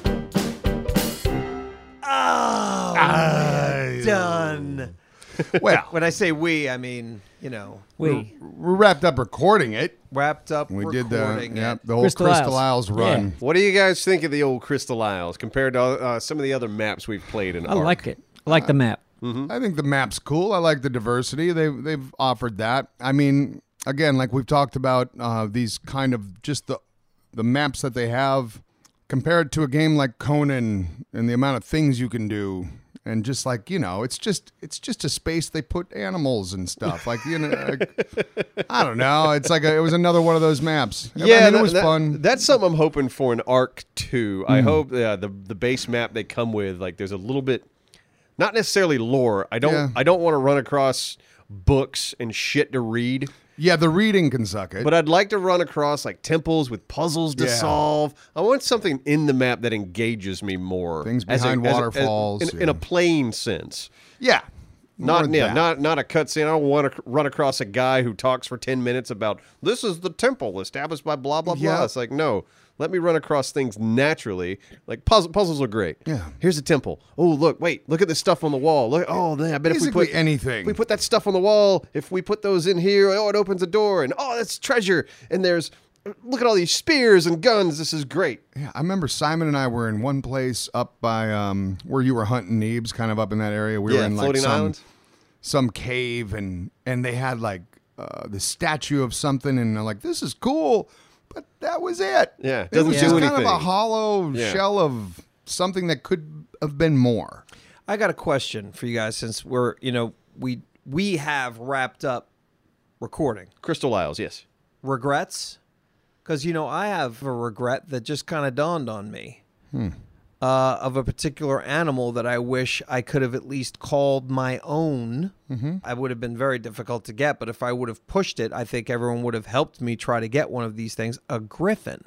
Well, When I say we, I mean you know We. we wrapped up recording it. wrapped up. We recording did the it. yeah, the whole Crystal Crystal, Isles. Isles run. What do you guys think of the old Crystal Isles compared to uh, some of the other maps we've played in? I like it. I like the map. I think the map's cool. I like the diversity. They they've offered that. I mean, again, like we've talked about uh, these kind of just the the maps that they have compared to a game like Conan and the amount of things you can do and just like, you know, it's just it's just a space they put animals and stuff. Like, you know, like, I don't know. It's like a, it was another one of those maps. I mean, it was fun. Hmm. That's something I'm hoping for an arc two. I hope uh, the the base map they come with like there's a little bit, not necessarily lore. I don't Yeah. I don't want to run across books and shit to read, yeah, the reading can suck it. but I'd like to run across like temples with puzzles to Yeah. solve. I want something in the map that engages me more. Things as a- behind as a- as- waterfalls, in, in a yeah. plain sense. yeah. Not More yeah, that. not not a cutscene. I don't want to run across a guy who talks for ten minutes about this is the temple established by blah blah blah. Yeah. It's like no, let me run across things naturally. Like puzzle, puzzles are great. Yeah. here's a temple. Oh look, wait, look at this stuff on the wall. Look, oh, man, I bet if we Basically put anything. if we put that stuff on the wall. If we put those in here, oh, it opens a door, and oh, that's treasure. And there's look at all these spears and guns. This is great. Yeah, I remember Simon and I were in one place up by um, where you were hunting Neebs, kind of up in that area. We were yeah, in like floating some, islands. some cave, and and they had like uh, the statue of something, and I'm like, this is cool, but that was it. Yeah, it doesn't was do just kind anything. of a hollow Yeah. shell of something that could have been more. I got a question for you guys since we're you know we we have wrapped up recording Crystal Isles, yes. regrets because you know I have a regret that just kind of dawned on me uh, of a particular animal that I wish I could have at least called my own. I would have been very difficult to get, but if I would have pushed it, I think everyone would have helped me try to get one of these things. A griffin.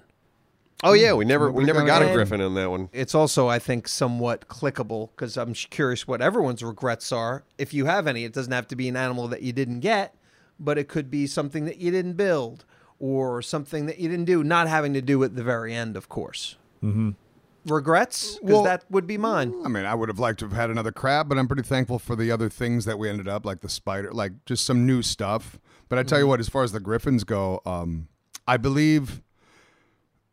Oh yeah, we never we never got a got it. griffin on that one. It's also, I think, somewhat clickable because I'm sh- curious what everyone's regrets are. If you have any, it doesn't have to be an animal that you didn't get, but it could be something that you didn't build or something that you didn't do, not having to do at the very end, of course. Mm-hmm. Regrets? Because Well- that would be mine. I mean, I would have liked to have had another crab, but I'm pretty thankful for the other things that we ended up, like the spider, like just some new stuff. But I tell Mm-hmm. you what, as far as the griffins go, um, I believe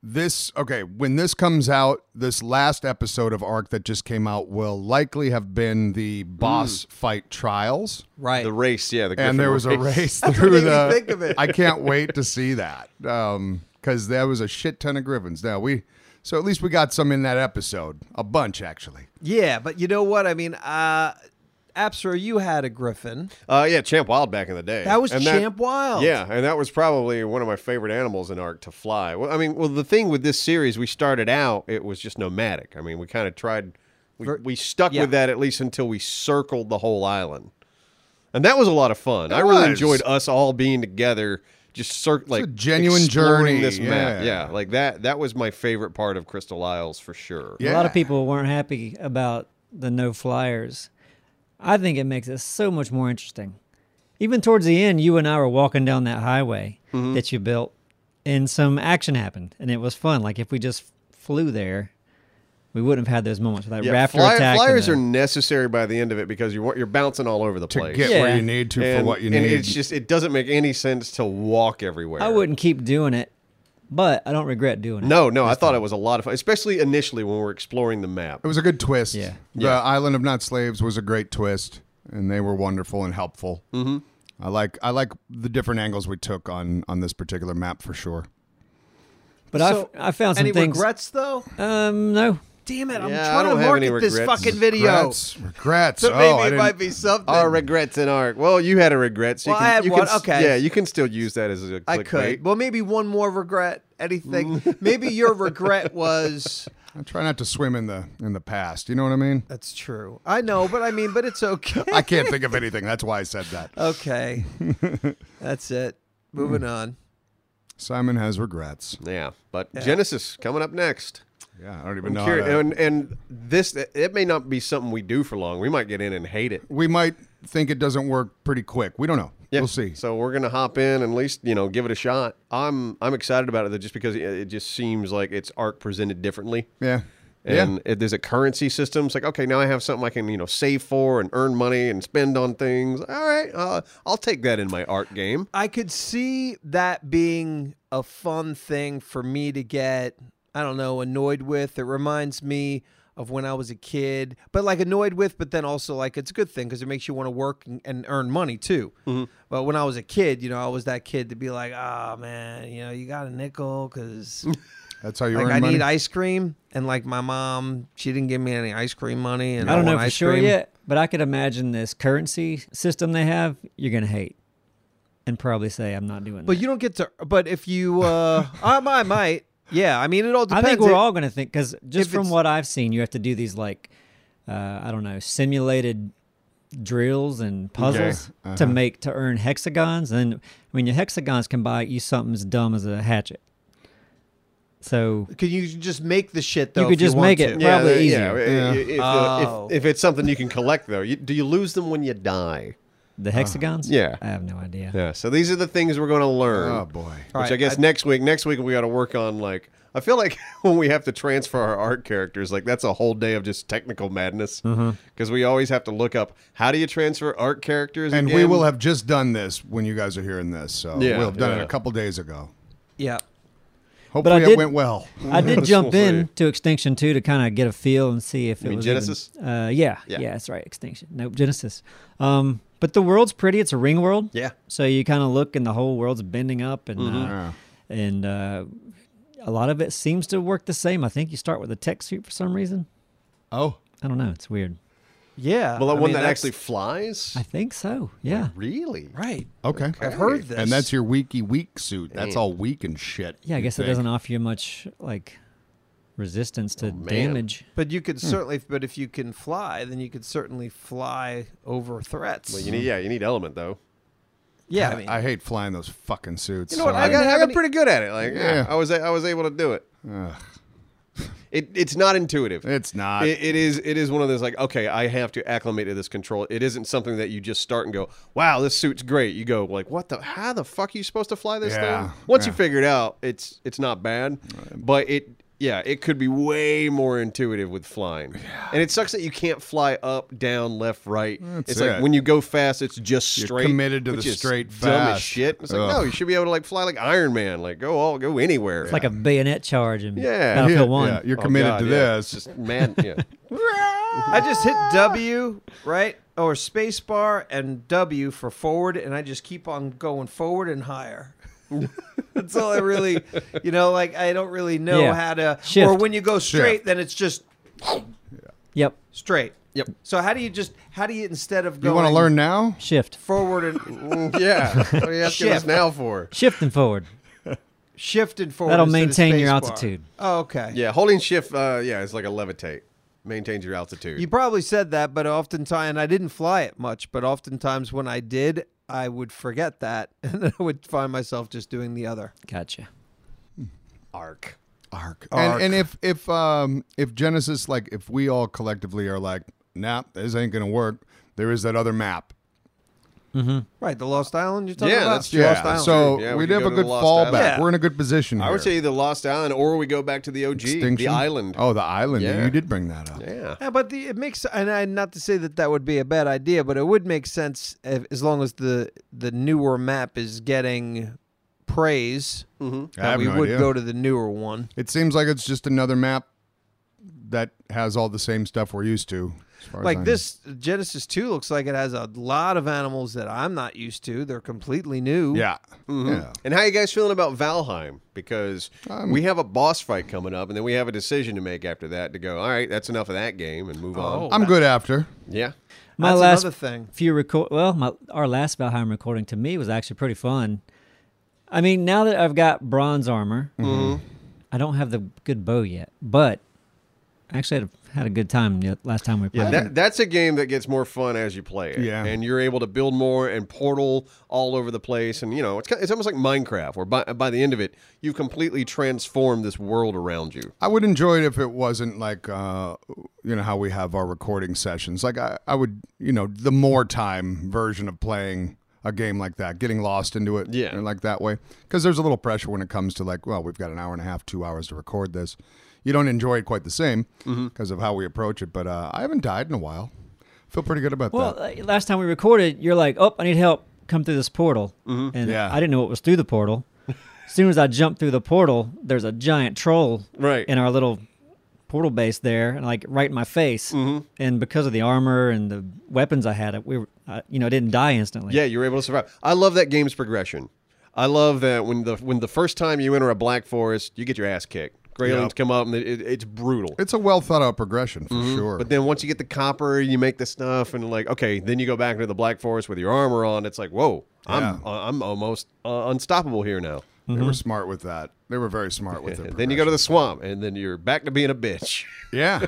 this. Okay, when this comes out, this last episode of Arc that just came out will likely have been the Mm. boss fight trials, Right. The race, yeah. The griffin and there was a race. race through made me the. think of it. I can't wait to see that because there was a shit ton of griffins. Now we, so at least we got some in that episode, a bunch actually. yeah, but you know what? I mean, uh, Absra, you had a griffin. Uh, yeah, Champ Wild back in the day. That was Champ Wild. Yeah, and that was probably one of my favorite animals in Arc to fly. Well, I mean, well, the thing with this series, we started out, it was just nomadic. I mean, we kind of tried, we, Ver- we stuck yeah. with that at least until we circled the whole island. And that was a lot of fun. I really was. enjoyed us all being together, just cir- like a genuine exploring journey, This map, yeah, yeah. like that. That was my favorite part of Crystal Isles for sure. A lot Yeah. of people weren't happy about the no flyers. I think it makes it so much more interesting. Even towards the end, you and I were walking down that highway Mm-hmm. that you built, and some action happened, and it was fun. Like if we just flew there, we wouldn't have had those moments with that Yeah, raptor fly- attack. and flyers the- are necessary by the end of it because you're you're bouncing all over the place. get Yeah. where you need to for what you need. it's just it doesn't make any sense to walk everywhere. I wouldn't keep doing it, but I don't regret doing it. No, no, I thought it was a lot of fun, especially initially when we were exploring the map. it was a good twist. Yeah. The Island of Not Slaves was a great twist, and they were wonderful and helpful. Mm-hmm. I like I like the different angles we took on on this particular map for sure. But So, I, I found some any things. regrets, though? Um, no, Damn it. I'm Yeah, I trying to don't have any market this regrets. fucking video. Regrets, regrets. So oh, maybe I it didn't- might be something. Our regrets in arc. Well, you had a regret. So Well, you can, I had you one, Can, s- okay. Yeah, you can still use that as a clickbait. I could. Well, maybe one more regret. Anything. maybe your regret was. I try not to swim in the in the past. You know what I mean? That's true. I know, but I mean, but it's okay. I can't think of anything. That's why I said that. okay. That's it. Moving on. Simon has regrets. Yeah, but Genesis coming up next. Yeah, I don't even I'm know. how curious, to- and and this it may not be something we do for long. We might get in and hate it. we might think it doesn't work pretty quick. We don't know. Yeah. We'll see. So we're gonna hop in and at least you know give it a shot. I'm I'm excited about it though, just because it, it just seems like it's arc presented differently. Yeah. And it, there's a currency system. It's like, okay, now I have something I can, you know, save for and earn money and spend on things. All right, uh, I'll take that in my art game. I could see that being a fun thing for me to get, I don't know, annoyed with. It reminds me of when I was a kid, but like annoyed with, but then also like it's a good thing because it makes you want to work and, and earn money too. Mm-hmm. But when I was a kid, you know, I was that kid to be like, oh man, you know, you got a nickel because That's how you like earn I money. need ice cream. And like my mom, she didn't give me any ice cream money. And I don't know want for ice sure cream. yet, but I could imagine this currency system they have, you're going to hate and probably say, I'm not doing But that. you don't get to. But if you, uh, I might, I might. Yeah, I mean, it all I depends. think we're It- all going to think, because just If from it's- what I've seen, you have to do these like, uh, I don't know, simulated drills and puzzles to uh-huh. make, to earn hexagons. And I mean, your hexagons can buy you something as dumb as a hatchet. So Can you just make the shit though? You could if just want make it. to? Yeah. Probably the- easier. i- i- If, uh, Oh. if, if it's something you can collect, though, you, do you lose them when you die? the Uh-huh. hexagons? yeah. I have no idea. Yeah. So these are the things we're going to learn. Oh, boy. All Which I right, guess I- next week, next week we got to work on like I feel like when we have to transfer our art characters, like that's a whole day of just technical madness because we always have to look up how do you transfer art characters. And we again? will have just done this when you guys are hearing this. So Yeah, we'll have done it yeah. a couple days ago. Yeah. Hopefully did- it went well. I did This jump will in see. to Extinction too to kind of get a feel and see if it mean was Genesis? Even, uh, yeah, Yeah. yeah, that's right. Extinction. Nope, Genesis. Um, but the world's pretty. It's a ring world. Yeah. So you kind of look, and the whole world's bending up, and uh, Yeah. and uh, a lot of it seems to work the same. I think you start with a tech suit for some reason. Oh, I don't know. It's weird. Yeah. Well, that I one mean, that that's- actually flies. I think so. Yeah. Really? Right. okay. I've heard this. And that's your weeky week suit. That's all weak and shit. Yeah. I you guess it think. doesn't offer you much like resistance to man. damage. But you could certainly. But if you can fly, then you could certainly fly over threats. Well, you need yeah, you need element though. yeah. I I, mean, I hate flying those fucking suits. You know what? I Sorry. got, didn't I have got any- pretty good at it. Like yeah, Yeah. I was a- I was able to do it. It it's not intuitive. It's not. It, it is it is one of those like okay I have to acclimate to this control. It isn't something that you just start and go wow this suit's great. You go like what the how the fuck are you supposed to fly this Yeah, thing? Once you yeah. figure it out, it's it's not bad, but it yeah it could be way more intuitive with flying. And it sucks that you can't fly up down left right. That's it's like it. when you go fast, it's just You're straight committed to which the is straight Dumb as fast. shit. It's like Ugh. no you should be able to like fly like Iron Man like go all go anywhere. It's like a bayonet charge in Yeah, Battlefield yeah, One. yeah, you're Oh, committed God, to yeah. this. It's just man yeah. I just hit W right or space bar and W for forward, and I just keep on going forward and higher. That's all I really, you know, like I don't really know Yeah. how to. Or Shift. when you go straight, Shift. then it's just Yep. straight. Yep. So how do you just how do you instead of you going want to learn now? Shift. forward and yeah. What are you asking us Shit. now for? Shift and forward. shifting forward? That'll instead of maintain your spacebar? altitude. Oh, okay. Yeah, holding shift. Uh, yeah, it's like a levitate. Maintains your altitude. You probably said that, but oftentimes I didn't fly it much, but oftentimes when I did, I would forget that and then I would find myself just doing the other. Gotcha. arc. Arc. Arc. And, and if if um if Genesis like if we all collectively are like nah this ain't gonna work there is that other map Right, the Lost Island you're talking Yeah, about? that's true. Lost yeah Island. so Yeah, we we'd could have go a to the good Lost fallback Island. Yeah. we're in a good position I here. would say the Lost Island, or we go back to the OG, the Extinction? island. oh the island Yeah. you did bring that up Yeah. Yeah, but the, it makes and I, not to say that that would be a bad idea, but it would make sense if, as long as the the newer map is getting praise. Mm-hmm. I that have We no would idea. go to the newer one. it seems like it's just another map that has all the same stuff we're used to as far as I Like know. this Genesis 2 looks like it has a lot of animals that I'm not used to. They're completely new. yeah Mm-hmm. yeah And how you guys feeling about Valheim? Because we have a boss fight coming up, and then we have a decision to make after that to go. All right, that's enough of that game, and move on. I'm good after Yeah. My That's last another thing. few record. Well, my our last Valheim recording to me was actually pretty fun. I mean, now that I've got bronze armor, I don't have the good bow yet, but I actually had a, had a good time the last time we played. Yeah, it. that, that's a game that gets more fun as you play it. Yeah. and you're able to build more and portal all over the place, and you know it's kind- it's almost like Minecraft, where by by the end of it, you've completely transformed this world around you. I would enjoy it if it wasn't like uh, you know how we have our recording sessions. Like I, I would, you know, the more time version of playing a game like that, getting lost into it, Yeah. and like that way, because there's a little pressure when it comes to like, well, we've got an hour and a half, two hours to record this. You don't enjoy it quite the same because Mm-hmm. of how we approach it. But uh, I haven't died in a while. Feel pretty good about Well, that. uh, last time we recorded, you're like, "Oh, I need help. Come through this portal." Mm-hmm. And Yeah. I didn't know what was through the portal. as soon as I jumped through the portal, there's a giant troll Right. in our little portal base there, and like right in my face. Mm-hmm. And because of the armor and the weapons I had, we were, I, you know, I didn't die instantly. Yeah, you were able to survive. I love that game's progression. I love that when the when the first time you enter a black forest, you get your ass kicked. Greyhounds come up and it, it, it's brutal. It's a well thought out progression for sure. Mm-hmm. But then once you get the copper, you make the stuff, and like okay, then you go back into the black forest with your armor on. It's like whoa, I'm I'm almost uh, unstoppable here now. They were smart with that. They were very smart with it. Mm-hmm. then you go to the swamp, and then you're back to being a bitch. yeah,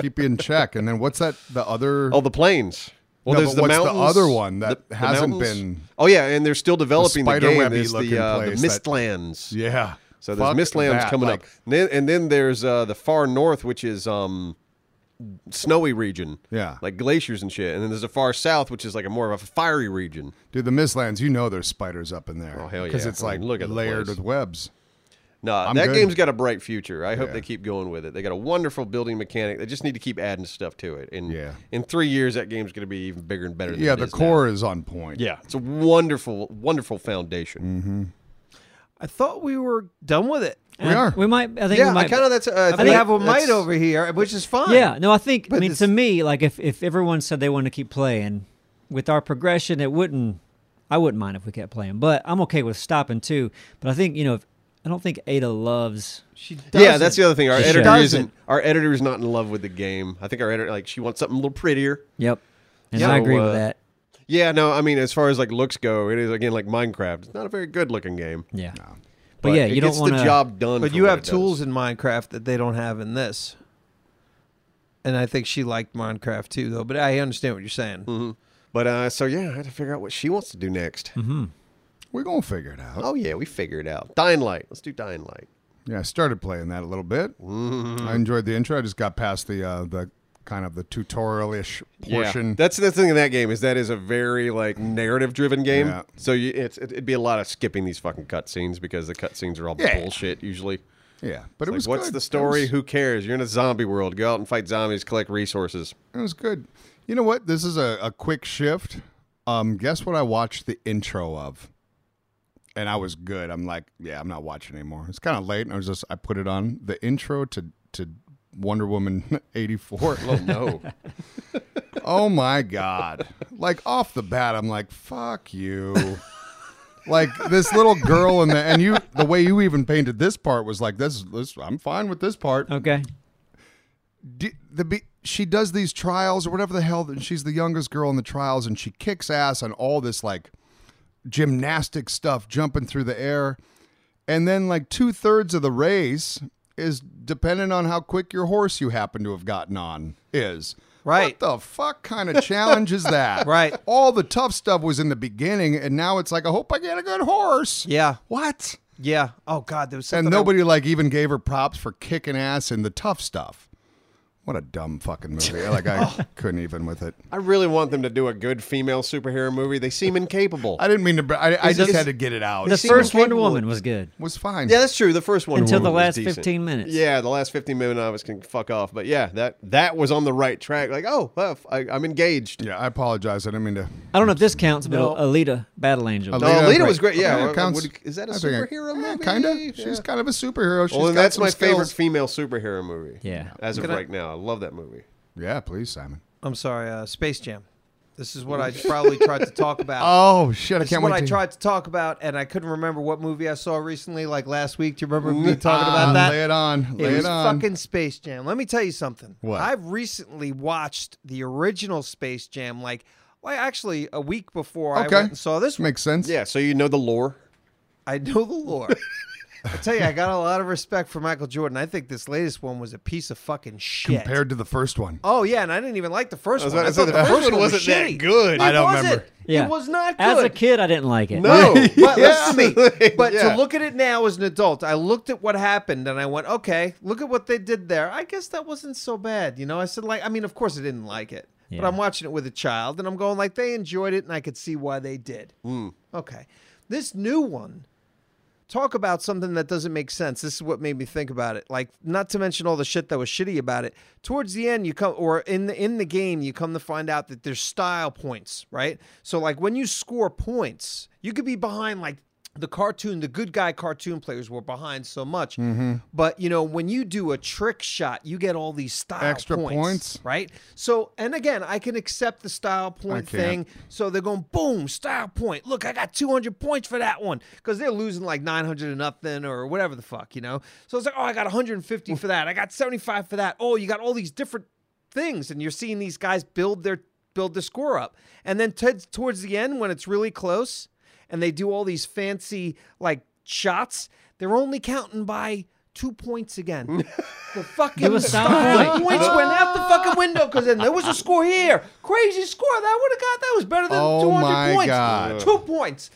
keep you in check. And then what's that? The other Oh, the plains. Well, No, there's the but what's the mountains. other one that hasn't mountains. been- Oh yeah, and they're still developing the, spider game. webby There's looking the, uh, the place that- Mistlands. yeah. So there's Fuck Mistlands that. coming Like, up, and then, and then there's uh, the far north, which is um, snowy region. Yeah. like glaciers and shit. And then there's the far south, which is like a more of a fiery region. Dude, the Mistlands, you know there's spiders up in there. Oh, hell Because yeah. it's I like mean, look at the layered place. with webs. No, I'm that good. game's got a bright future. I hope Yeah. they keep going with it. They got a wonderful building mechanic. They just need to keep adding stuff to it. And Yeah. in three years, that game's going to be even bigger and better. Than Yeah, it the is now. core is on point. Yeah, it's a wonderful, wonderful foundation. Mm-hmm. I thought we were done with it. And we I- are. We might. I think. Yeah, we I might, kind of that's. Uh, We think have a that's- mite over here, which is fine. Yeah, no, I think. I mean, this- to me, like if if everyone said they wanted to keep playing, with our progression, it wouldn't. I wouldn't mind if we kept playing, but I'm okay with stopping too. But I think you know, if, I don't think Ada loves. She doesn't. Yeah, that's the other thing. Our She editor doesn't. isn't. Our editor is not in love with the game. I think our editor like she wants something a little prettier. Yep, and Yeah. I So, agree uh, with that. Yeah, no, I mean as far as like looks go, it is again like Minecraft. It's not a very good looking game. Yeah, but, But, yeah, it you don't gets want the to. job done. But for you what have it does. tools in Minecraft that they don't have in this. And I think she liked Minecraft too, though. But I understand what you're saying. But uh, so yeah, I had to figure out what she wants to do next. We're going to figure it out. Oh yeah, we figured it out. Dying Light. Let's do Dying Light. Yeah, I started playing that a little bit. Mm-hmm. I enjoyed the intro. I just got past the uh, the kind of the tutorial ish portion. That's the thing in that game is that is a very like narrative driven game. Yeah. So you, it's it'd be a lot of skipping these fucking cutscenes because the cutscenes are all Yeah. bullshit usually. yeah, but it Like, was what's good. the It story? was- Who cares? You're in a zombie world. Go out and fight zombies, collect resources. It was good. You know what? This is a, a quick shift. Um, guess what I watched the intro of? And I was good. I'm like, yeah, I'm not watching anymore. It's kind of late, and I was just I put it on the intro to to Wonder Woman '84. Oh no. oh my god! Like off the bat, I'm like, fuck you. like this little girl and the and you the way you even painted this part was like this this I'm fine with this part Okay, d- the be- she does these trials or whatever the hell and she's the youngest girl in the trials and she kicks ass on all this like gymnastic stuff jumping through the air and then like two-thirds of the race is dependent on how quick your horse you happen to have gotten on is Right. what the fuck kind of challenge is that Right. all the tough stuff was in the beginning and now it's like i hope i get a good horse Yeah. what Yeah. Oh, God. There was something. and I- nobody like even gave her props for kicking ass in the tough stuff. What a dumb fucking movie! Like Oh. I couldn't even with it. I really want them to do a good female superhero movie. They seem incapable. I didn't mean to. br- I, I Is just this- had to get it out. the It seemed first Wonder capable of- Woman was good was fine. yeah, that's true. The first one until Woman the was last decent. 15 minutes. Yeah, the last 15 minutes I was can fuck off. But yeah, that that was on the right track. Like, oh, well, f- I, am engaged. yeah. I apologize. I didn't mean to. I don't know if this counts, but No. Alita, Battle Angel. No, Alita was great. Yeah, Alita what- counts. what- is that a I think I- superhero yeah, movie? Kinda. Yeah. She's kind of a superhero. She's Well, then got that's some my favorite skills. female superhero movie. Yeah. As of Can I- right now, I love that movie. Yeah, please, Simon. I'm sorry. Uh, Space Jam. This is what I probably tried to talk about. Oh shit! I This can't is what wait. I to tried to talk about, and I couldn't remember what movie I saw recently, like last week. Do you remember me talking about that? Ah, Lay it on. Lay it it, was on. fucking Space Jam. Let me tell you something. What? I've recently watched the original Space Jam, like, well, actually, a week before I Okay. went and saw this one. Makes sense. Yeah, so you know the lore. I know the lore. I tell you, I got a lot of respect for Michael Jordan. I think this latest one was a piece of fucking shit. Compared to the first one. Oh yeah, and I didn't even like the first was one. about I to say, thought the first one was wasn't that shitty. good. It I don't wasn't. remember. Yeah. It was not good. As a kid, I didn't like it. No, but Yeah. listen to me. But Yeah. to look at it now as an adult, I looked at what happened and I went, okay, look at what they did there. I guess that wasn't so bad. You know, I said, like, I mean, of course I didn't like it. Yeah. But I'm watching it with a child and I'm going like they enjoyed it and I could see why they did. Mm. Okay. This new one talk about something that doesn't make sense. This is what made me think about it. Like, not to mention all the shit that was shitty about it. Towards the end, you come or in the in the game, you come to find out that there's style points, right? So like when you score points, you could be behind like the cartoon, the good guy cartoon players were behind so much. Mm-hmm. But you know, when you do a trick shot, you get all these style Extra points? right? So, and again, I can accept the style point I can't. thing. So they're going, boom, style point. Look, I got 200 points for that one because they're losing like 900 to nothing or whatever the fuck, you know? So it's like, oh, I got 150 for that. I got 75 for that. Oh, you got all these different things. And you're seeing these guys build their build the score up. And then t- towards the end, when it's really close and they do all these fancy like shots, they're only counting by two points again. the fucking was style style point. points went out the fucking window because then there was a score here. Crazy score. That would have got that was better than Oh 200 my points. God. Two points.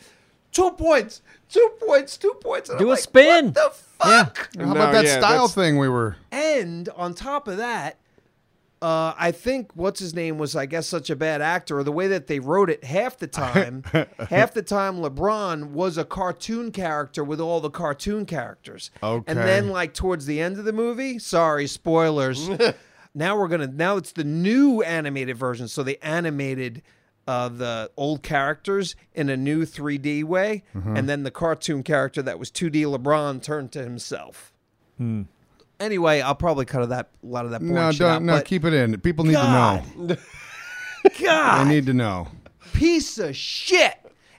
Two points. Two points. Two points. And Do I'm a like, spin. What the Yeah. fuck? How about No, that yeah, style that's- thing we were? And on top of that, uh, I think what's his name was, I guess, such a bad actor, or the way that they wrote it half the time, half the time LeBron was a cartoon character with all the cartoon characters. And Okay. then, like, towards the end of the movie, sorry, spoilers. now we're going to, now it's the new animated version. So they animated. Uh, the old characters in a new 3D way, and then the cartoon character that was 2D LeBron turned to himself. Anyway, I'll probably cut that a lot of that. boring No, shit out, don't. No, but keep it in. People need to know. They God, need to know. piece of shit.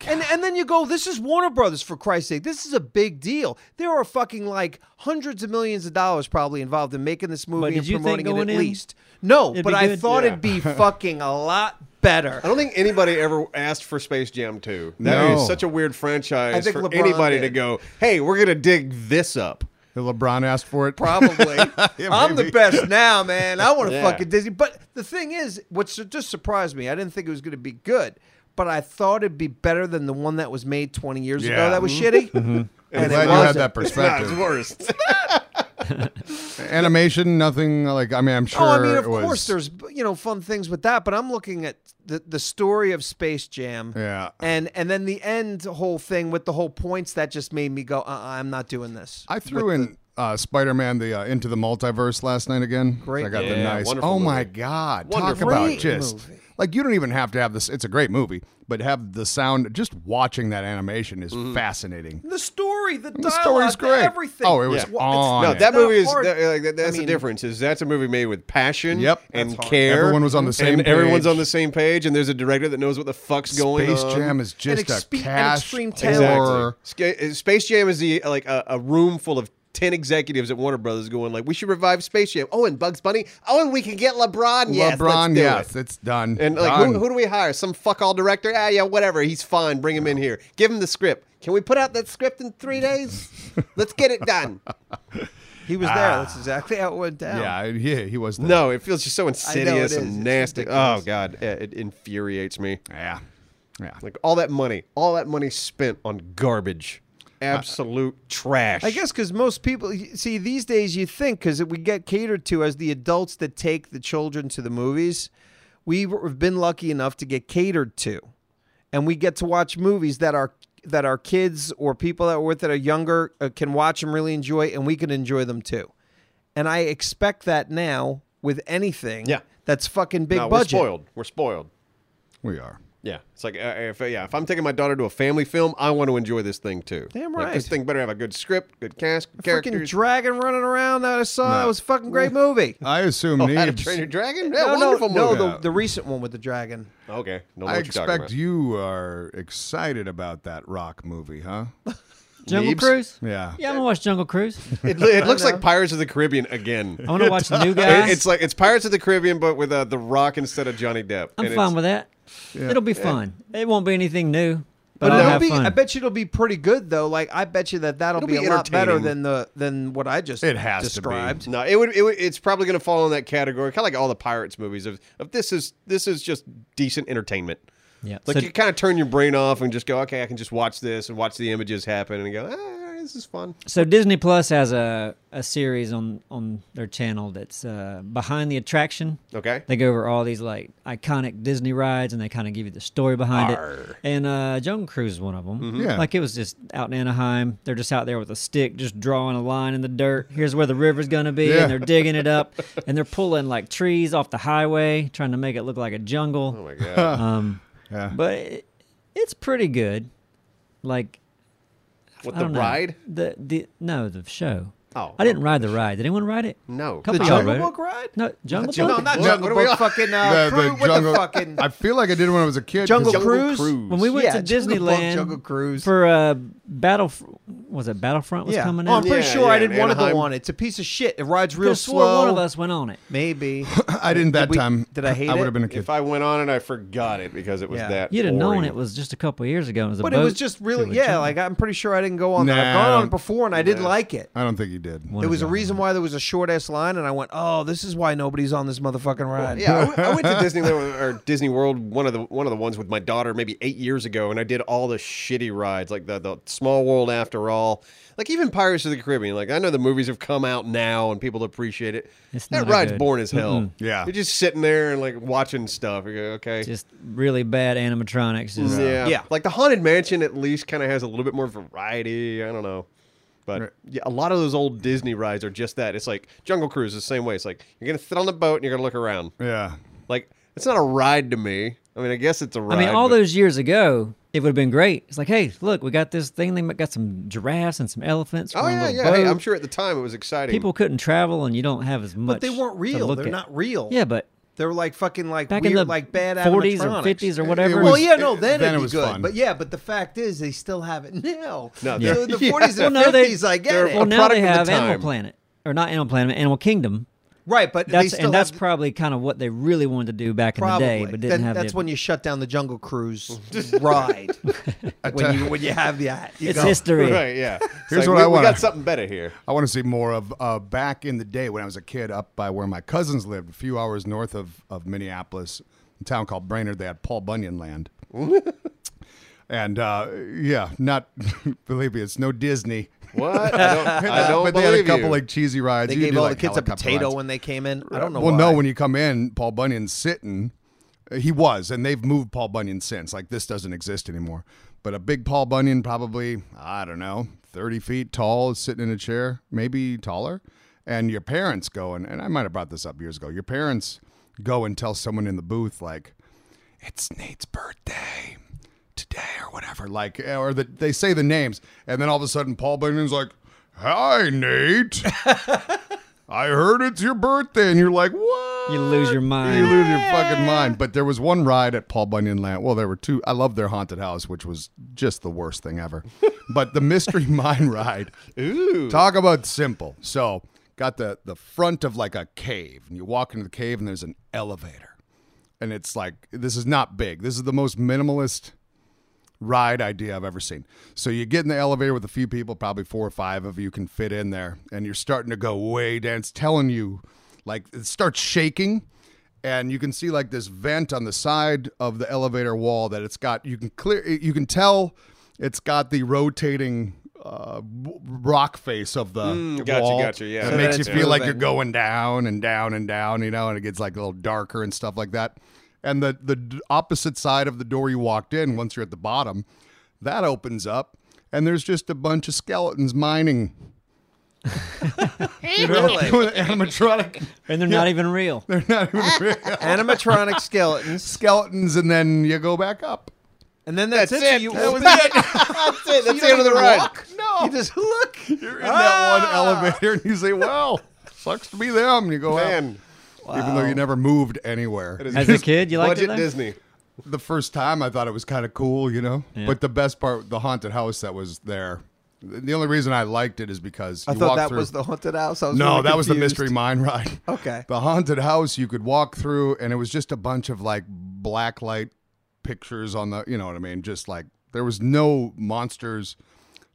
And and then you go, this is Warner Brothers for Christ's sake. This is a big deal. There are fucking like hundreds of millions of dollars probably involved in making this movie did and you think promoting going it in at least. No, it'd but be I good? thought Yeah. it'd be fucking a lot better. I don't think anybody ever asked for Space Jam 2. That is No. such a weird franchise I think for LeBron anybody to did. go, hey, we're going to dig this up. The LeBron asked for it. Probably. I'm the maybe. best now, man. I want to Yeah. fucking Disney. But the thing is, what su- just surprised me, I didn't think it was going to be good, but I thought it'd be better than the one that was made 20 years Yeah. Mm-hmm. ago that was shitty. I'm glad And it you had wasn't. that perspective. worse. Animation, nothing like. I mean, I'm sure. Oh, I mean, of it was, course, there's you know fun things with that, but I'm looking at the the story of Space Jam, Yeah. and and then the end whole thing with the whole points that just made me go, uh-uh, I'm not doing this. I threw in uh, Spider-Man: The uh, Into the Multiverse last night again. 'cause I Great got the movie. Yeah, nice. wonderful Oh my movie. god! Wonderful Talk Great about just movie. like you don't even have to have this. It's a great movie, but have the sound. Just watching that animation is fascinating. the story, the dialogue, The story's great. everything. Oh, it was It's wa- it's- on. No, it. that Not movie is hard. that, like, that- that's I mean- the difference. Is that's a movie made with passion, Yep. and That's hard. care. Everyone was on the same And everyone's page. on the same page, and there's a director that knows what the fuck's going on. Space Jam is just expe- a an cash extreme exactly. talent. horror. Sca- uh, Space Jam is the like a, a room full of ten executives at Warner Brothers going like, we should revive Space Jam. Oh, and Bugs Bunny. Oh, and we can get LeBron. Yes, let's LeBron, do yes, it. it's done. And like, who, Done. who do we hire? Some fuck all director? Ah, yeah, whatever. He's fine. Bring him in here. Give him the script. Can we put out that script in three days? Let's get it done. He was there. Ah. That's exactly how it went down. yeah, yeah, he was. The, No, it feels just so insidious is. and It's nasty. ridiculous. Oh god, yeah, it infuriates me. yeah, yeah. Like all that money, all that money spent on garbage, absolute trash. I guess because most people see these days, you think because we get catered to as the adults that take the children to the movies. We've we've been lucky enough to get catered to, and we get to watch movies that our that our kids or people that we're with that are younger uh, can watch and really enjoy, and we can enjoy them too. And I expect that now with anything. Yeah. that's fucking big No, budget. We're spoiled. We're spoiled. We are. Yeah, it's like uh, if yeah, if I'm taking my daughter to a family film, I want to enjoy this thing too. Damn Like, this right. thing better have a good script, good cast, good Freaking characters. dragon running around that I saw. That was a fucking great movie. I assume Oh, How to Neebs- Train Your Dragon? Yeah, no, wonderful no, movie. no, the, the recent one with the dragon. okay, no, I expect you are excited about that rock movie, huh? Jungle Neebs? Cruise? Yeah. Yeah, I'm gonna watch Jungle Cruise. It, it looks like Pirates of the Caribbean again. I want to watch New It- Guys. it's like it's Pirates of the Caribbean, but with uh, the Rock instead of Johnny Depp. I'm and fine it's- with that. It'll be fun. It won't be anything new, but, But I'll it'll have be, fun. I bet you it'll be pretty good though. Like I bet you that that'll It'll be, be a lot better entertaining. than the than what I just It has to be. described. No, it would, it would. It's probably going to fall in that category, kind of like all the pirates movies. Of, of this is this is just decent entertainment. yeah. Like so you kind of turn your brain off and just go, okay, I can just watch this and watch the images happen and go, ah, this is fun. So Disney Plus has a, a series on, on their channel that's uh, behind the attraction. Okay. They go over all these like iconic Disney rides, and they kind of give you the story behind it. Arr. And uh, Jungle Cruise is one of them. Yeah. Like it was just out in Anaheim. They're just out there with a stick, just drawing a line in the dirt. Here's where the river's gonna be, Yeah. and they're digging it up, and they're pulling like trees off the highway, trying to make it look like a jungle. Oh my god. Um, Yeah. but it, it's pretty good. Like What I the don't know. ride? The the no the show. Oh. I didn't ride the ride. Did anyone ride it? No. Couple The y'all Jungle rode it. Book ride? No, Jungle No, Book. not What- Jungle what are Book. we on? Fucking uh, The- the Cruise. What jungle- the fucking I feel like I did when I was a kid. Jungle 'cause- Cruise? When we went Yeah, to Jungle Book, Disneyland Jungle Cruise. for uh, Battle, was it Battlefront was yeah. coming Oh, I'm out? pretty Yeah, sure I yeah, didn't in want to go Anaheim. on it. It's a piece of shit. It rides real Could've swore slow. one of us went on it. Maybe. I didn't that Did we- time. did I hate I would it? have been a kid. If I went on and I forgot it because it was Yeah. that. You'd have known boring. it was just a couple of years ago. and It was a But it was boat just to really, a yeah. jungle. Like I'm pretty sure I didn't go on that. I've Nah. gone on it before and I did Yeah. like it. I don't think he did. One There of was a y'all. reason why there was a short ass line, and I went, "Oh, this is why nobody's on this motherfucking ride." Yeah, I went- I went to Disneyland or Disney World one of the one of the ones with my daughter maybe eight years ago, and I did all the shitty rides like the the Small World after all, like even Pirates of the Caribbean. Like I know the movies have come out now and people appreciate it. It's that not ride's good. boring as hell. Yeah. you're just sitting there and like watching stuff. You go, okay, just uh, really bad animatronics. Just, yeah. Yeah. Like the Haunted Mansion at least kind of has a little bit more variety. I don't know. But Right. yeah, a lot of those old Disney rides are just that. It's like Jungle Cruise is the same way. It's like you're going to sit on the boat and you're going to look around. Yeah. Like it's not a ride to me. I mean, I guess it's a ride. I mean, all but- those years ago, it would have been great. It's like, hey, look, we got this thing. They got some giraffes and some elephants. Oh we're on a yeah, little yeah. Hey, boat. I'm sure at the time it was exciting. people couldn't travel, and you don't have as much. but they weren't to real. look They're at. not real. Yeah, but they're like fucking like back weird, in the like bad 40s animatronics. or 50s or whatever. was- Well, yeah, no, then, then it'd it be was good. fun. But yeah, but the fact is, they still have it now. No, So they're- in the Yeah. forties well, and no, they, fifties, I get they're it. Well, now product they of the have Animal time. Planet, or not Animal Planet, Animal Kingdom. right, but they That's still and that's have, probably kind of what they really wanted to do back in probably. the day, but didn't Then have. that's the, when you shut down the Jungle Cruise ride. when you when you have that, you it's go, history. right? Yeah. It's like, Here's what we, I we wanna- got something better here. I want to see more of uh, back in the day when I was a kid up by where my cousins lived, a few hours north of, of Minneapolis, a town called Brainerd. They had Paul Bunyan land. and uh, yeah, not, believe me, it's no Disney. What? I don't, I don't but they believe had a couple you. like cheesy rides. They You could gave do, all like, the kids a helicopter potato rides. when they came in. I don't know. Well, why. no, when you come in, Paul Bunyan's sitting. Uh, He was, and they've moved Paul Bunyan since. Like this doesn't exist anymore. But a big Paul Bunyan, probably I don't know, thirty feet tall, is sitting in a chair, maybe taller. And your parents go, and, and I might have brought this up years ago. Your parents go and tell someone in the booth like, "It's Nate's birthday today," or whatever. Like, or that they say the names, and then all of a sudden, Paul Bunyan's like, "Hi, Nate." I heard it's your birthday, and you're like, what? You lose your mind. You lose your fucking mind. But there was one ride at Paul Bunyan Land. Well, there were two. I loved their haunted house, which was just the worst thing ever. but the mystery mine ride. Ooh. Talk about simple. So, got the the front of like a cave, and you walk into the cave, and there's an elevator, and it's like this is not big. This is the most minimalist ride idea I've ever seen. So you get in the elevator with a few people, probably four or five of you can fit in there, and you're starting to go way down. It's telling you, like it starts shaking, and you can see like this vent on the side of the elevator wall that it's got. You can clear, you can tell, it's got the rotating uh, w- rock face of the Mm, gotcha, wall. gotcha, yeah. It So makes you that's feel like you're moving. going down and down and down, you know, and it gets like a little darker and stuff like that. And the the d- opposite side of the door you walked in, once you're at the bottom, that opens up, and there's just a bunch of skeletons mining. You know, doing animatronic. and they're not even real. They're not even real. animatronic skeletons, skeletons, and then you go back up. and then that's, That's So it. you That was open it. That's it. That's the end of the ride. No, you just look. Ah! You're in Ah! that one elevator, and you say, "Well, sucks to be them." And you go out. Man, even though you never moved anywhere. is- As a kid, you liked budget it. though? Disney. the first time I thought it was kind of cool, you know. Yeah. But the best part, the haunted house that was there. The only reason I liked it is because I you thought walk that through- was the haunted house. I was no, really that was the confused. mystery mine ride. Okay. the haunted house you could walk through, and it was just a bunch of like black light pictures on the, you know what I mean? Just like there was no monsters,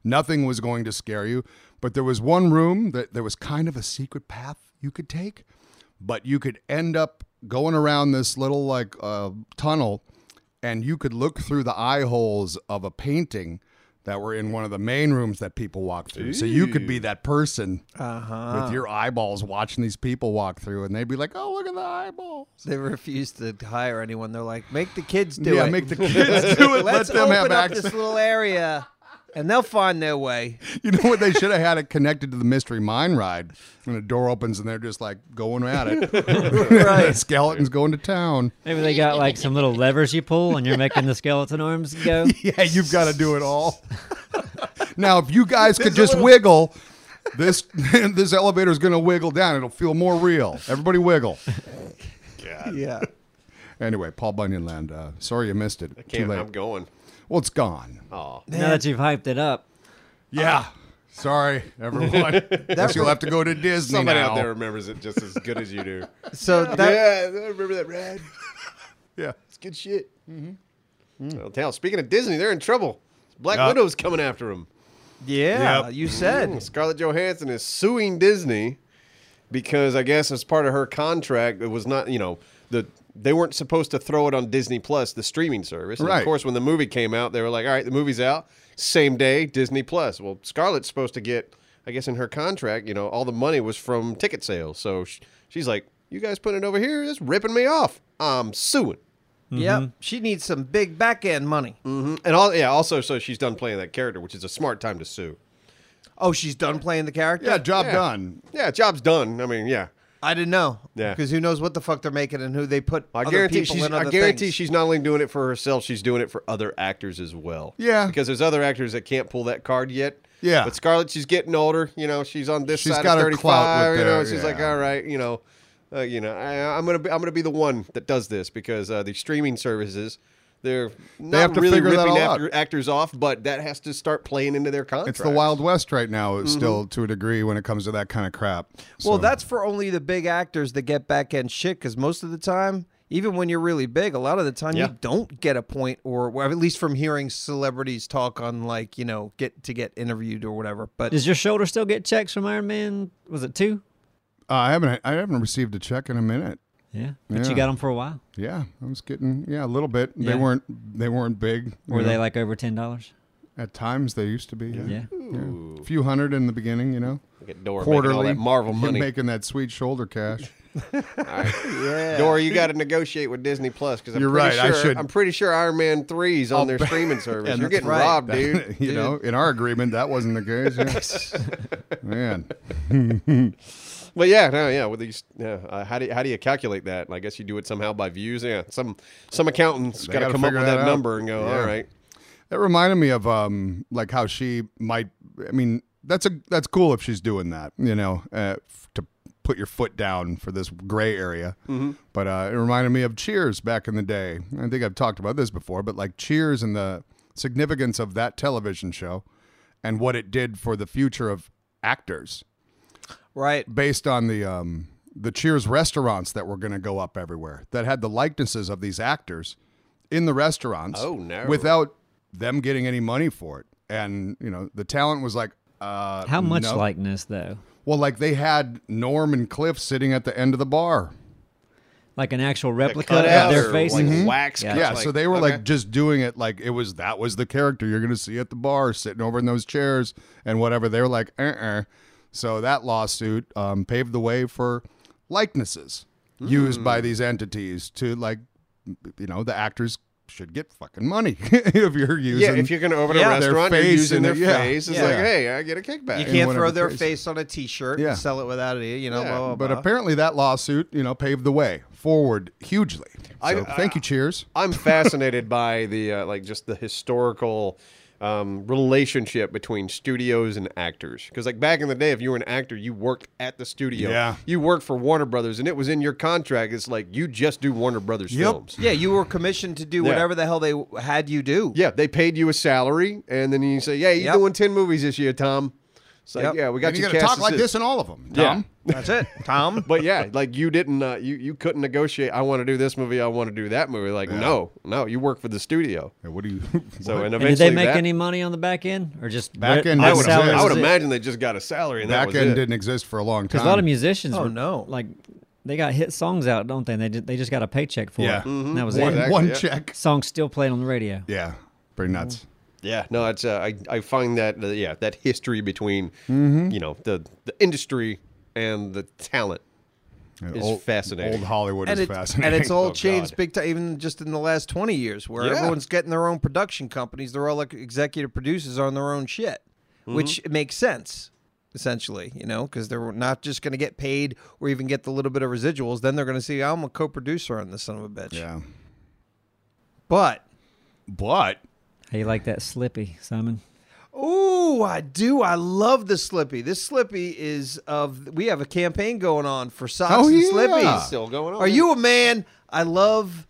nothing was going to scare you. But there was one room that there was kind of a secret path you could take, but you could end up going around this little like uh, tunnel, and you could look through the eye holes of a painting that were in one of the main rooms that people walk through. So you could be that person Uh-huh. with your eyeballs watching these people walk through, and they'd be like, "Oh, look at the eyeballs." They refuse to hire anyone. They're like, make the kids do yeah, it. make the kids do it. Let's Let them open have up access. this little area, and they'll find their way. You know what? They should have had it connected to the mystery mine ride. And the door opens, and they're just like going at it. Right. Skeletons going to town. Maybe they got like some little levers you pull and you're making the skeleton arms go. Yeah, you've got to do it all. now, if you guys could just wiggle, this this elevator is going to wiggle down. It'll feel more real. Everybody wiggle. Yeah. Anyway, Paul Bunyanland. Uh, sorry you missed it. Too Can't, late. I'm going. well, it's gone. Oh, Now that you've hyped it up, Yeah. sorry, everyone. Guess you'll have to go to Disney somebody now. out there remembers it just as good as you do. So that yeah, I remember that ride. Yeah. It's good shit. Mm-hmm. Well, now, speaking of Disney, they're in trouble. Black Yeah. Widow's coming after them. yeah, Yep. Mm-hmm. you said Scarlett Johansson is suing Disney because I guess as part of her contract, it was not you know the they weren't supposed to throw it on Disney Plus, the streaming service. And Right. Of course, when the movie came out, they were like, "All right, the movie's out, same day, Disney Plus." Well, Scarlett's supposed to get, I guess, in her contract, you know, all the money was from ticket sales, so sh- she's like, "You guys putting it over here? It's ripping me off. I'm suing." Yep. Mm-hmm. She needs some big back end money. Mm. hmm And all yeah, also, so she's done playing that character, which is a smart time to sue. Oh, she's done playing the character. Yeah, job Yeah. done. Yeah, job's done. I mean, yeah. I didn't know. Yeah. Because who knows what the fuck they're making and who they put. I other guarantee people she's. in other I guarantee things. she's not only doing it for herself; she's doing it for other actors as well. Yeah. because there's other actors that can't pull that card yet. Yeah. but Scarlett, she's getting older. You know, she's on this She's side got of her clout 35. with you know, her, she's like, yeah. all right, you know, uh, you know, I, I'm gonna be, I'm gonna be the one that does this because uh, the streaming services. They're not have to really figure that ripping all out. actor- actors off, but that has to start playing into their contracts. It's the Wild West right now, uh, Mm-hmm. still to a degree, when it comes to that kind of crap. Well, So- that's for only the big actors that get back end shit because most of the time, even when you're really big, a lot of the time Yeah. you don't get a point, or well, at least from hearing celebrities talk on like you know get to get interviewed or whatever. But does your shoulder still get checks from Iron Man? Was it two? Uh, I haven't I haven't received a check in a minute. Yeah, but Yeah. you got them for a while. Yeah, I was getting yeah a little bit. They Yeah. weren't they weren't big. you Were they know. like over ten dollars? at times they used to be? Yeah, Yeah. a few hundred in the beginning, you know. Look at Dora making all Quarterly that Marvel You're money. making that sweet shoulder cash. Dora, you got to negotiate with Disney Plus because You're right, I Sure, should- I'm pretty sure Iron Man 3's on their streaming service. You're getting right. robbed, dude. you know, in our agreement, that wasn't the case. yeah. Man, But yeah, no, yeah. With these, yeah. Uh, how do you, how do you calculate that? I guess you do it somehow by views. Yeah, some some accountants They got to gotta come up figure with that that out. number and go, Yeah. all right. that reminded me of um like how she might. I mean, that's a that's cool if she's doing that, you know, uh, f- to put your foot down for this gray area. But uh, it reminded me of Cheers back in the day. I think I've talked about this before, but like Cheers and the significance of that television show and what it did for the future of actors right, based on the um, the Cheers restaurants that were going to go up everywhere that had the likenesses of these actors in the restaurants. Oh, no. Without them getting any money for it, and you know the talent was like, uh, How much no. likeness though? Well, like they had Norm and Cliff sitting at the end of the bar. Like an actual replica cutouts of or, their like, faces? wax Yeah. cuts, Yeah, like- so they were okay. like just doing it like it was that was the character you're gonna see at the bar sitting over in those chairs and whatever. They were like, uh uh So that lawsuit um, paved the way for likenesses used Hmm. by these entities to like, you know, the actors should get fucking money if you're using. yeah. If you're going to open Yeah. a their restaurant, you're face using and their their- yeah. face. It's Yeah. like, hey, I get a kickback. you in can't whatever throw their case. face on a T-shirt Yeah. and sell it without it. You know, Yeah, blah, blah, but blah. apparently that lawsuit, you know, paved the way forward hugely. So I- thank you, Cheers. I'm fascinated by the uh, like just the historical um, relationship between studios and actors. Because like back in the day, if you were an actor, you worked at the studio. Yeah. You worked for Warner Brothers, and it was in your contract. It's like you just do Warner Brothers Yep. films. yeah, you were commissioned to do Yeah. whatever the hell they had you do. Yeah, they paid you a salary, and then you say, "Yeah, you're Yep. doing ten movies this year, Tom." It's like, Yep. yeah, we got And you you gotta cast talk as like this in all of them, Yeah. Tom. That's it, Tom. But yeah, like you didn't, uh, you you couldn't negotiate. I want to do this movie. I want to do that movie. Like, no, no, you work for the studio. Yeah, What do you? So and And did they eventually make that- any money on the back end, or just Back end I That would, salary I would was it. imagine they just got a salary and that back was end it. didn't exist for a long time. Because a lot of musicians, Oh, were, no. like they got hit songs out, don't they? And they just, they just got a paycheck for Yeah. it. And that was one, it. Exactly, one yeah. check. Songs still played on the radio. Yeah, pretty nuts. Yeah, no, it's uh, I I find that uh, yeah that history between Mm-hmm. you know the the industry and the talent is old, fascinating. Old Hollywood and is it's fascinating. and it's all Oh, changed God. big time. Even just in the last twenty years, where Yeah. everyone's getting their own production companies, they're all like executive producers on their own shit, which Mm-hmm. makes sense. Essentially, you know, because they're not just going to get paid or even get the little bit of residuals. Then they're going to see I'm a co-producer on this son of a bitch. yeah. But But How you like that Slippy, Simon? Ooh, I do. I love the Slippy. This Slippy is of. We have a campaign going on for socks Oh, and yeah. Slippies. Still going on. Are you a man? I love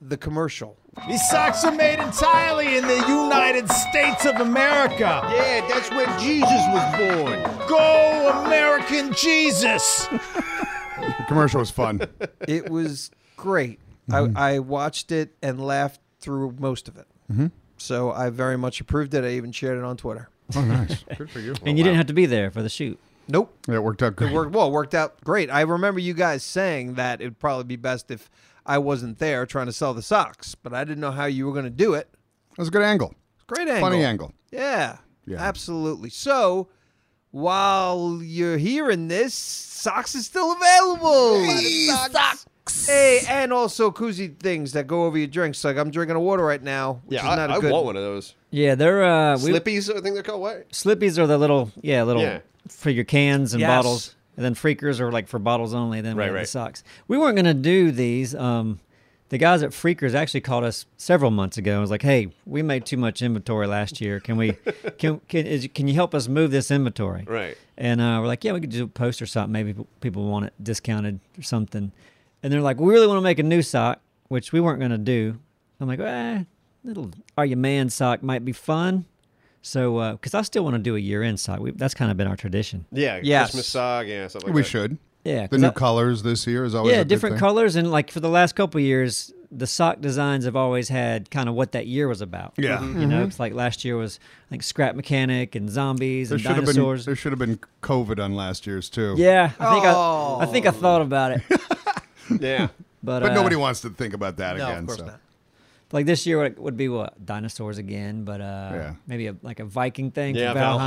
the commercial. These socks are made entirely in the United States of America. Yeah, that's where Jesus was born. Go, American Jesus! the commercial was fun. It was great. Mm-hmm. I, I watched it and laughed through most of it. Mm-hmm. So I very much approved it. I even shared it on Twitter. oh, nice. Good for you. And you didn't have to be there for the shoot. Nope. Yeah, it worked out It great. worked well. It worked out great. I remember you guys saying that it'd probably be best if I wasn't there trying to sell the socks, but I didn't know how you were going to do it. It was a good angle. Great angle. Funny angle. Yeah, Yeah. absolutely. So while you're hearing this, socks is still available. Hey, socks. Hey, and also koozie things that go over your drinks. Like I'm drinking a water right now. Which Yeah, is I, not a I good, want one of those Yeah, they're uh, we, slippies. I think they're called what? Slippies are the little, yeah, little Yeah. for your cans and Yes. bottles. And then Freakers are like for bottles only. Then we Right, have the right. socks. We weren't gonna do these. Um, the guys at Freakers actually called us several months ago and was like, "Hey, we made too much inventory last year. Can we? can can, is, can you help us move this inventory?" Right. And uh, we're like, "Yeah, we could do a post or something. Maybe p- people want it discounted or something." And they're like, "We really want to make a new sock, which we weren't gonna do." I'm like, "Ah, little are you man sock might be fun." So, because I still want to do a year end sock. We, that's kind of been our tradition. Yeah, Yes. Christmas sog. Yeah, something like We that. should. Yeah, The 'cause new I- colors this year is always a yeah, big different thing. colors, and like for the last couple of years, the sock designs have always had kind of what that year was about. Yeah. you know, it's like last year was like scrap mechanic and zombies There and should have been dinosaurs. there should have been COVID on last year's too. yeah, I think Oh. I, I think I thought about it, Yeah, but, But uh, nobody wants to think about that No, again. of course so. not. like this year would, would be what dinosaurs again, but uh, Yeah. maybe a, like a Viking thing. yeah, from Valheim.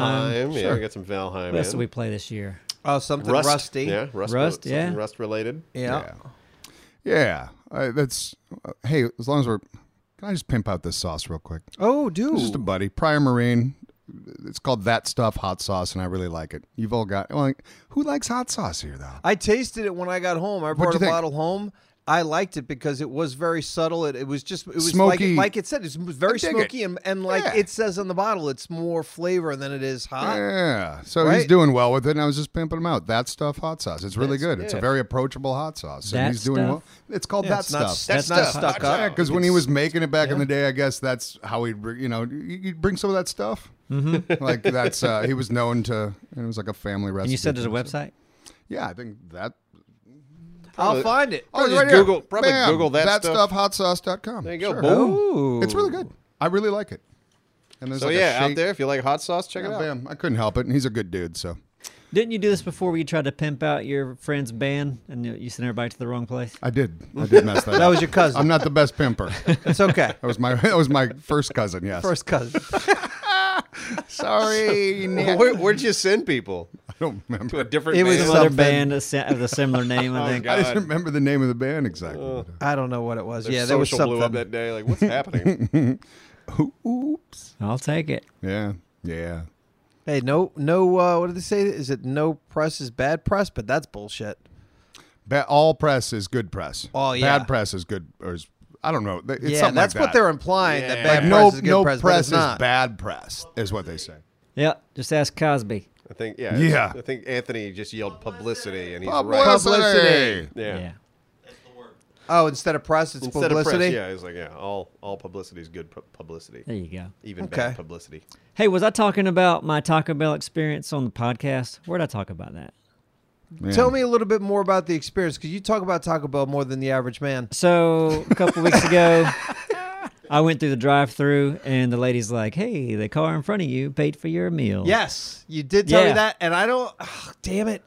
Valheim. Yeah, we got some Valheim. What else in. did we play this year? Oh, something Rust, rusty. Yeah, rust. Rust, something yeah. rust related. Yeah. Yeah, I, that's. Uh, hey, as long as we're, can I just pimp out this sauce real quick? Oh, dude. It's just a buddy, Prior Marine. It's called that stuff hot sauce, and I really like it. You've all got. Well, who likes hot sauce here though? I tasted it when I got home. I you brought a think? bottle home. I liked it because it was very subtle. It, it was just it was Smoky. like like it said, it's very dig it. smoky and, and like Yeah. it says on the bottle, it's more flavor than it is hot. yeah, so he's Right? doing well with it, and I was just pimping him out. That stuff hot sauce. It's really good. It's a yeah. very approachable hot sauce, That and he's doing stuff? well. It's called that it's not, stuff. that's That not stuff. stuck Yeah, up. because when he was making it back in the day, I guess that's how he, you know, you bring some of that stuff. Mm-hmm. like that's uh, he was known to. And it was like a family recipe. And you said there's a thing, so- website. Yeah, I think that. I'll find it. Oh, Probably right just here. Google- probably Bam. Google that that stuff. hotsauce.com. There you go. Sure. Boom. Ooh. It's really good. I really like it. And there's So like a yeah, out shake. there, if you like hot sauce, check Yeah, it out. bam. I couldn't help it, and he's a good dude. So Didn't you do this before where you tried to pimp out your friend's band and you- you sent everybody to the wrong place? I did. I did mess that. That up. was your cousin. I'm not the best pimper. that It's okay. was my. That was my first cousin. Yes. First cousin. Sorry. Nick. Where, where'd you send people? I don't remember. To a different. It was band? Some other Something. band of si- of a similar name, I Oh, think. I God. Uh. just remember the name of the band exactly. I don't know what it was. Their yeah, there was social something. blew up that day. Like, what's happening? Oops. I'll take it. uh, Yeah. Yeah. Hey, no, no. Uh, what did they say? Is it no press is bad press? But that's bullshit. Ba- all press is good press. Oh, yeah. Bad press is good. Or is, I don't know. It's yeah, something that's like what that. they're implying. That Yeah. bad Like, press no, is good no press, press, but it's is not. bad press, is what they say. Yeah, just ask Cosby. I think. Yeah. Yeah. I think Anthony just yelled publicity, and he's right. Publicity. Yeah. Yeah. Oh, instead of press, it's Instead publicity. of press, yeah, he's like, yeah, all all publicity is good pu- publicity, There you go. even Okay. bad publicity. Hey, was I talking about my Taco Bell experience on the podcast? Where'd I talk about that? Yeah. Tell me a little bit more about the experience because you talk about Taco Bell more than the average man. So a couple weeks ago, I went through the drive-through, and the lady's like, "Hey, the car in front of you paid for your meal." Yes, you did tell me Yeah. that, and I don't. ugh, damn it!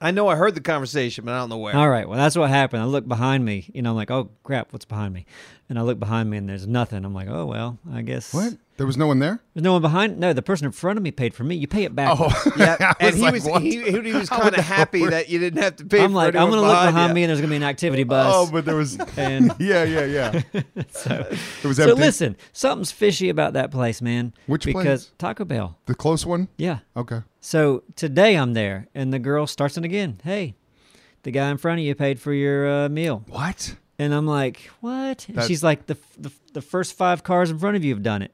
I know I heard the conversation, but I don't know where. All right. Well, that's what happened. I look behind me. You know, I'm like, oh crap, what's behind me? and I look behind me and there's nothing. I'm like, oh well, I guess What? There was no one there? there's no one behind. No, the person in front of me paid for me. You pay it back. Oh, Yeah, I and he like, was what? he, he was kind of happy that you didn't have to pay. I'm for like, I'm anyone gonna look behind you. me and there's gonna be an activity bus. Oh, but there was. and yeah, yeah, yeah. it was so empty. listen, something's fishy about that place, man. Which because place? Taco Bell. The close one? Yeah. Okay. So today I'm there, and the girl starts it again. Hey, the guy in front of you paid for your uh, meal, What? and I'm like, what? And That- she's like, the, f- the f- the first five cars in front of you have done it.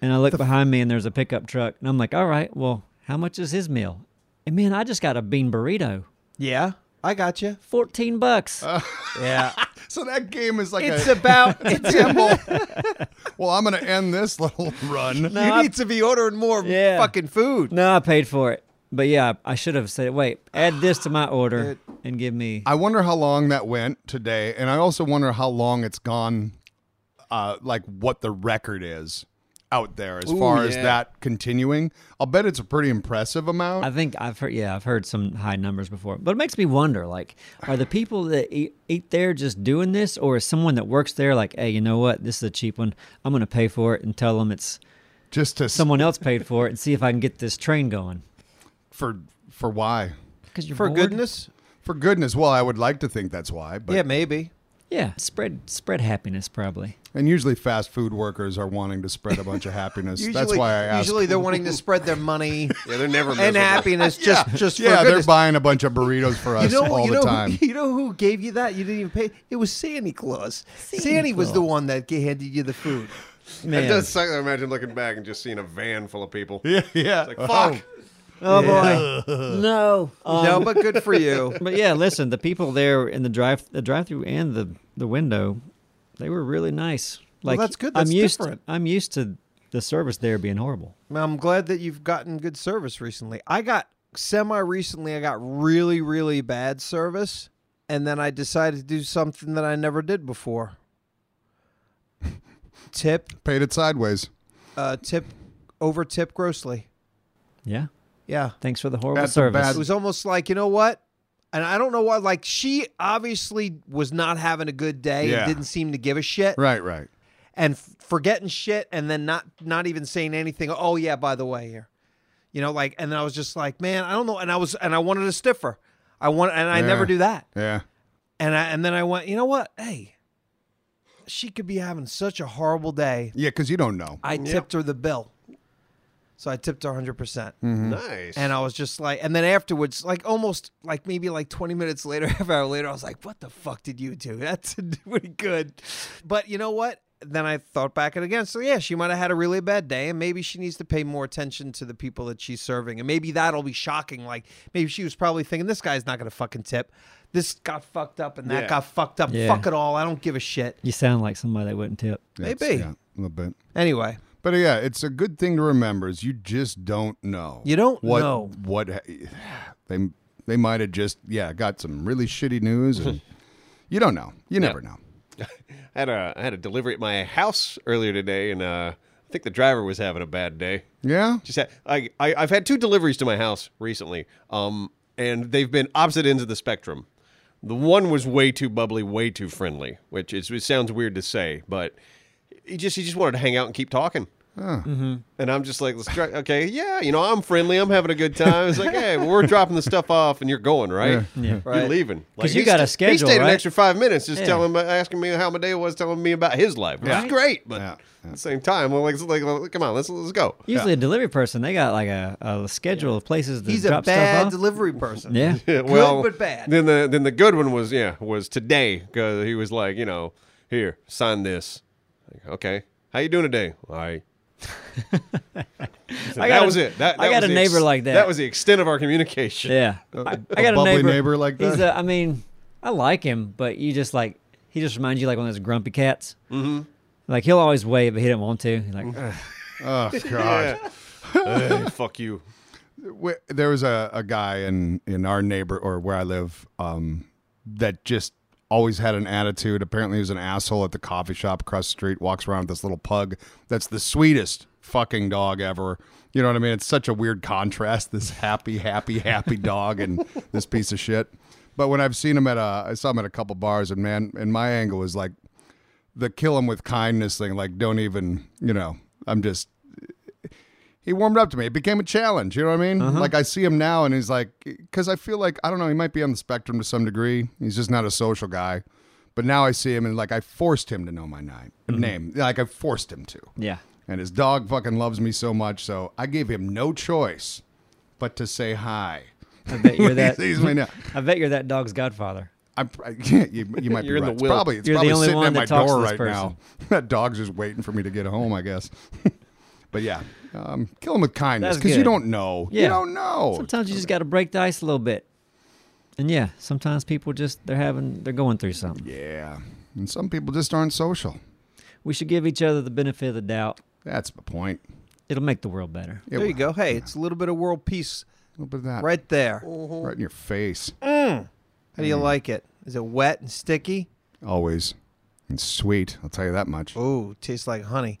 And I look behind me, and there's a pickup truck, and I'm like, all right, well, how much is his meal? And man, I just got a bean burrito, Yeah, I got you. fourteen bucks. Yeah, So that game is like it's a. about it's about. well, I'm going to end this little run. you I- need to be ordering more Yeah. fucking food. no, I paid for it, but yeah, I should have said, wait, add this to my order and give me. I wonder how long that went today, and I also wonder how long it's gone. Uh, like what the record is out there as far as yeah. that continuing. I'll bet it's a pretty impressive amount. I think I've heard, yeah, I've heard some high numbers before, but it makes me wonder, like, are the people that eat, eat there just doing this, or is someone that works there like, hey, you know what, this is a cheap one, I'm gonna pay for it and tell them it's just to someone someone else paid for it and see if I can get this train going. for for why Because you're For bored? goodness, for goodness. Well, I would like to think that's why, but yeah, maybe. yeah, spread spread happiness probably. and usually fast food workers are wanting to spread a bunch of happiness. Usually, that's why I asked. usually they're wanting to spread their money Yeah, they're never and miserable. happiness just just for yeah, they're goodness. buying a bunch of burritos for us you know, all you the know, time. Who, you know who gave you that? You didn't even pay. It was Santa Claus. Santa, was the Claus. one that g- handed you the food. Man, It does suck. I imagine looking back and just seeing a van full of people. yeah, yeah. Like, Oh, fuck. oh boy, no, Um, no, but good for you. but yeah, listen, the people there in the drive the drive through and the the window, they were really nice. Like that's good. That's I'm used different. To, I'm used to the service there being horrible. I'm glad that you've gotten good service recently. I got semi recently. I got really, really bad service, and then I decided to do something that I never did before. tip, paid it sideways. uh, tip, over tip grossly. Yeah. Yeah, Thanks for the horrible That's a service. bad- it was almost like you know what. And I don't know why. Like she obviously was not having a good day Yeah. and didn't seem to give a shit. Right, right. and f- forgetting shit and then not not even saying anything oh yeah by the way here you know like and then i was just like man i don't know and i was and i wanted a stiffer i want and i never Yeah. do that Yeah. and i and then i went you know what hey she could be having such a horrible day Yeah, because you don't know. i tipped her the bill so i tipped her 100% percent Nice. and uh, i was just like and then afterwards like almost like maybe like 20 minutes later half hour later i was like what the fuck did you do that didn't do any good but you know what then i thought back and again so yeah she might have had a really bad day and maybe she needs to pay more attention to the people that she's serving and maybe that'll be shocking like maybe she was probably thinking this guy's not gonna fucking tip this got fucked up and that Yeah. got fucked up Yeah. fuck it all i don't give a shit You sound like somebody that wouldn't tip. Yeah, it's- maybe. Yeah, a little bit. anyway But yeah, it's a good thing to remember is you just don't know. You don't what, know. what they they might have just yeah got some really shitty news and you don't know. You never know. I had a I had a delivery at my house earlier today, and uh, I think the driver was having a bad day. Yeah, Just had, I, I I've had two deliveries to my house recently, um, and they've been opposite ends of the spectrum. The one was way too bubbly, way too friendly, which is it sounds weird to say, but he just he just wanted to hang out and keep talking. Mm-hmm. And I'm just like, let's try, okay, yeah, you know, I'm friendly, I'm having a good time. It's like, hey, well, we're dropping the stuff off, and you're going, right? Yeah. You're Right. leaving 'Cause you he got a sta- He schedule, stayed an right? extra five minutes, just Yeah. telling, me- asking me how my day was, telling me about his life, which Right. is great. But Yeah, at the same time, I'm like, it's like, well, come on, let's let's go. Usually a delivery person, they got like a, a schedule of places to he's a drop bad stuff off. delivery person yeah. Yeah, well, but bad. Then the then the good one was yeah was today because he was like, you know, here sign this. Like, okay, how you doing today? All right. I that got a- was it. That, I that got was a the ex- neighbor like that. That was the extent of our communication. Yeah. I I got a, bubbly neighbor. neighbor like He's that? a, I mean, I like him, but you just like, he just reminds you like one of those grumpy cats. Mm-hmm. Like he'll always wave, but he didn't want to. He's Mm. like, "Ugh." oh god. Yeah. Hey, fuck you. we, there was a, a guy in in our neighbor or where I live um, that just always had an attitude. Apparently, he was an asshole at the coffee shop across the street. Walks around with this little pug that's the sweetest fucking dog ever. You know what I mean? It's such a weird contrast. This happy, happy, happy dog and this piece of shit. But when I've seen him at a, I saw him at a couple bars, and man, and my angle is like the kill him with kindness thing. Like, don't even, you know, I'm just. He warmed up to me. It became a challenge. You know what I mean? Like, I see him now and he's like, because I feel like, I don't know, he might be on the spectrum to some degree. He's just not a social guy. But now I see him and like, I forced him to know my name. name. Like, I forced him to. Yeah. And his dog fucking loves me so much. So I gave him no choice but to say hi. I bet you're that. He sees me now. I bet you're that dog's godfather. I'm, I, yeah, you, you might You're in be right. the It's will. probably it's You're the probably only sitting one at my that talks door to this right now. that dog's just waiting for me to get home, I guess. but yeah, um, kill him with kindness That's because you good. don't know. You Yeah. don't know. Sometimes you just got to break the ice a little bit. And yeah, sometimes people just they're having they're going through something. yeah, and some people just aren't social. We should give each other the benefit of the doubt. That's the point. It'll make the world better. It there you was- go. Hey, it's a little bit of world peace A little bit of that right, right there. right in your face, How Mm. do you like it? Is it wet and sticky? always, and sweet. I'll tell you that much. Oh, tastes like honey.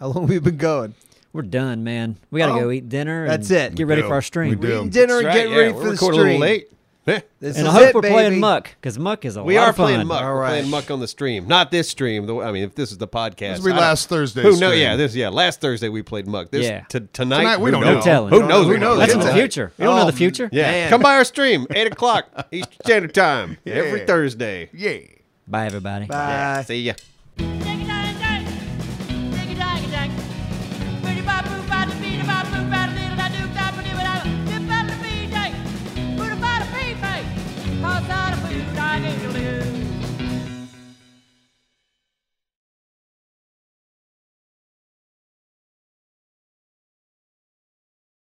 How long we been going? We're done, man. We got to go eat dinner. that's and it. Get ready do. for our We stream. do. Eating dinner and That's getting right, ready yeah, for we're the recording stream. a little late. Yeah. This And is I hope it, we're baby. playing Muck because Muck is a We lot are of fun. playing Muck. All We're right. playing Muck on the stream. Not this stream. The, I mean, if this is the podcast. This will be I don't- last Thursday. Who knows? stream. Yeah, this yeah. Last Thursday we played Muck. This Yeah. t- tonight, Tonight, who we don't knows? know. No telling. Who knows? Who We don't knows? That's in Yeah. the future. You don't know the future. Yeah, Man. come by our stream, eight o'clock Eastern Standard Time every Thursday. yeah. Bye, everybody. Bye. See ya.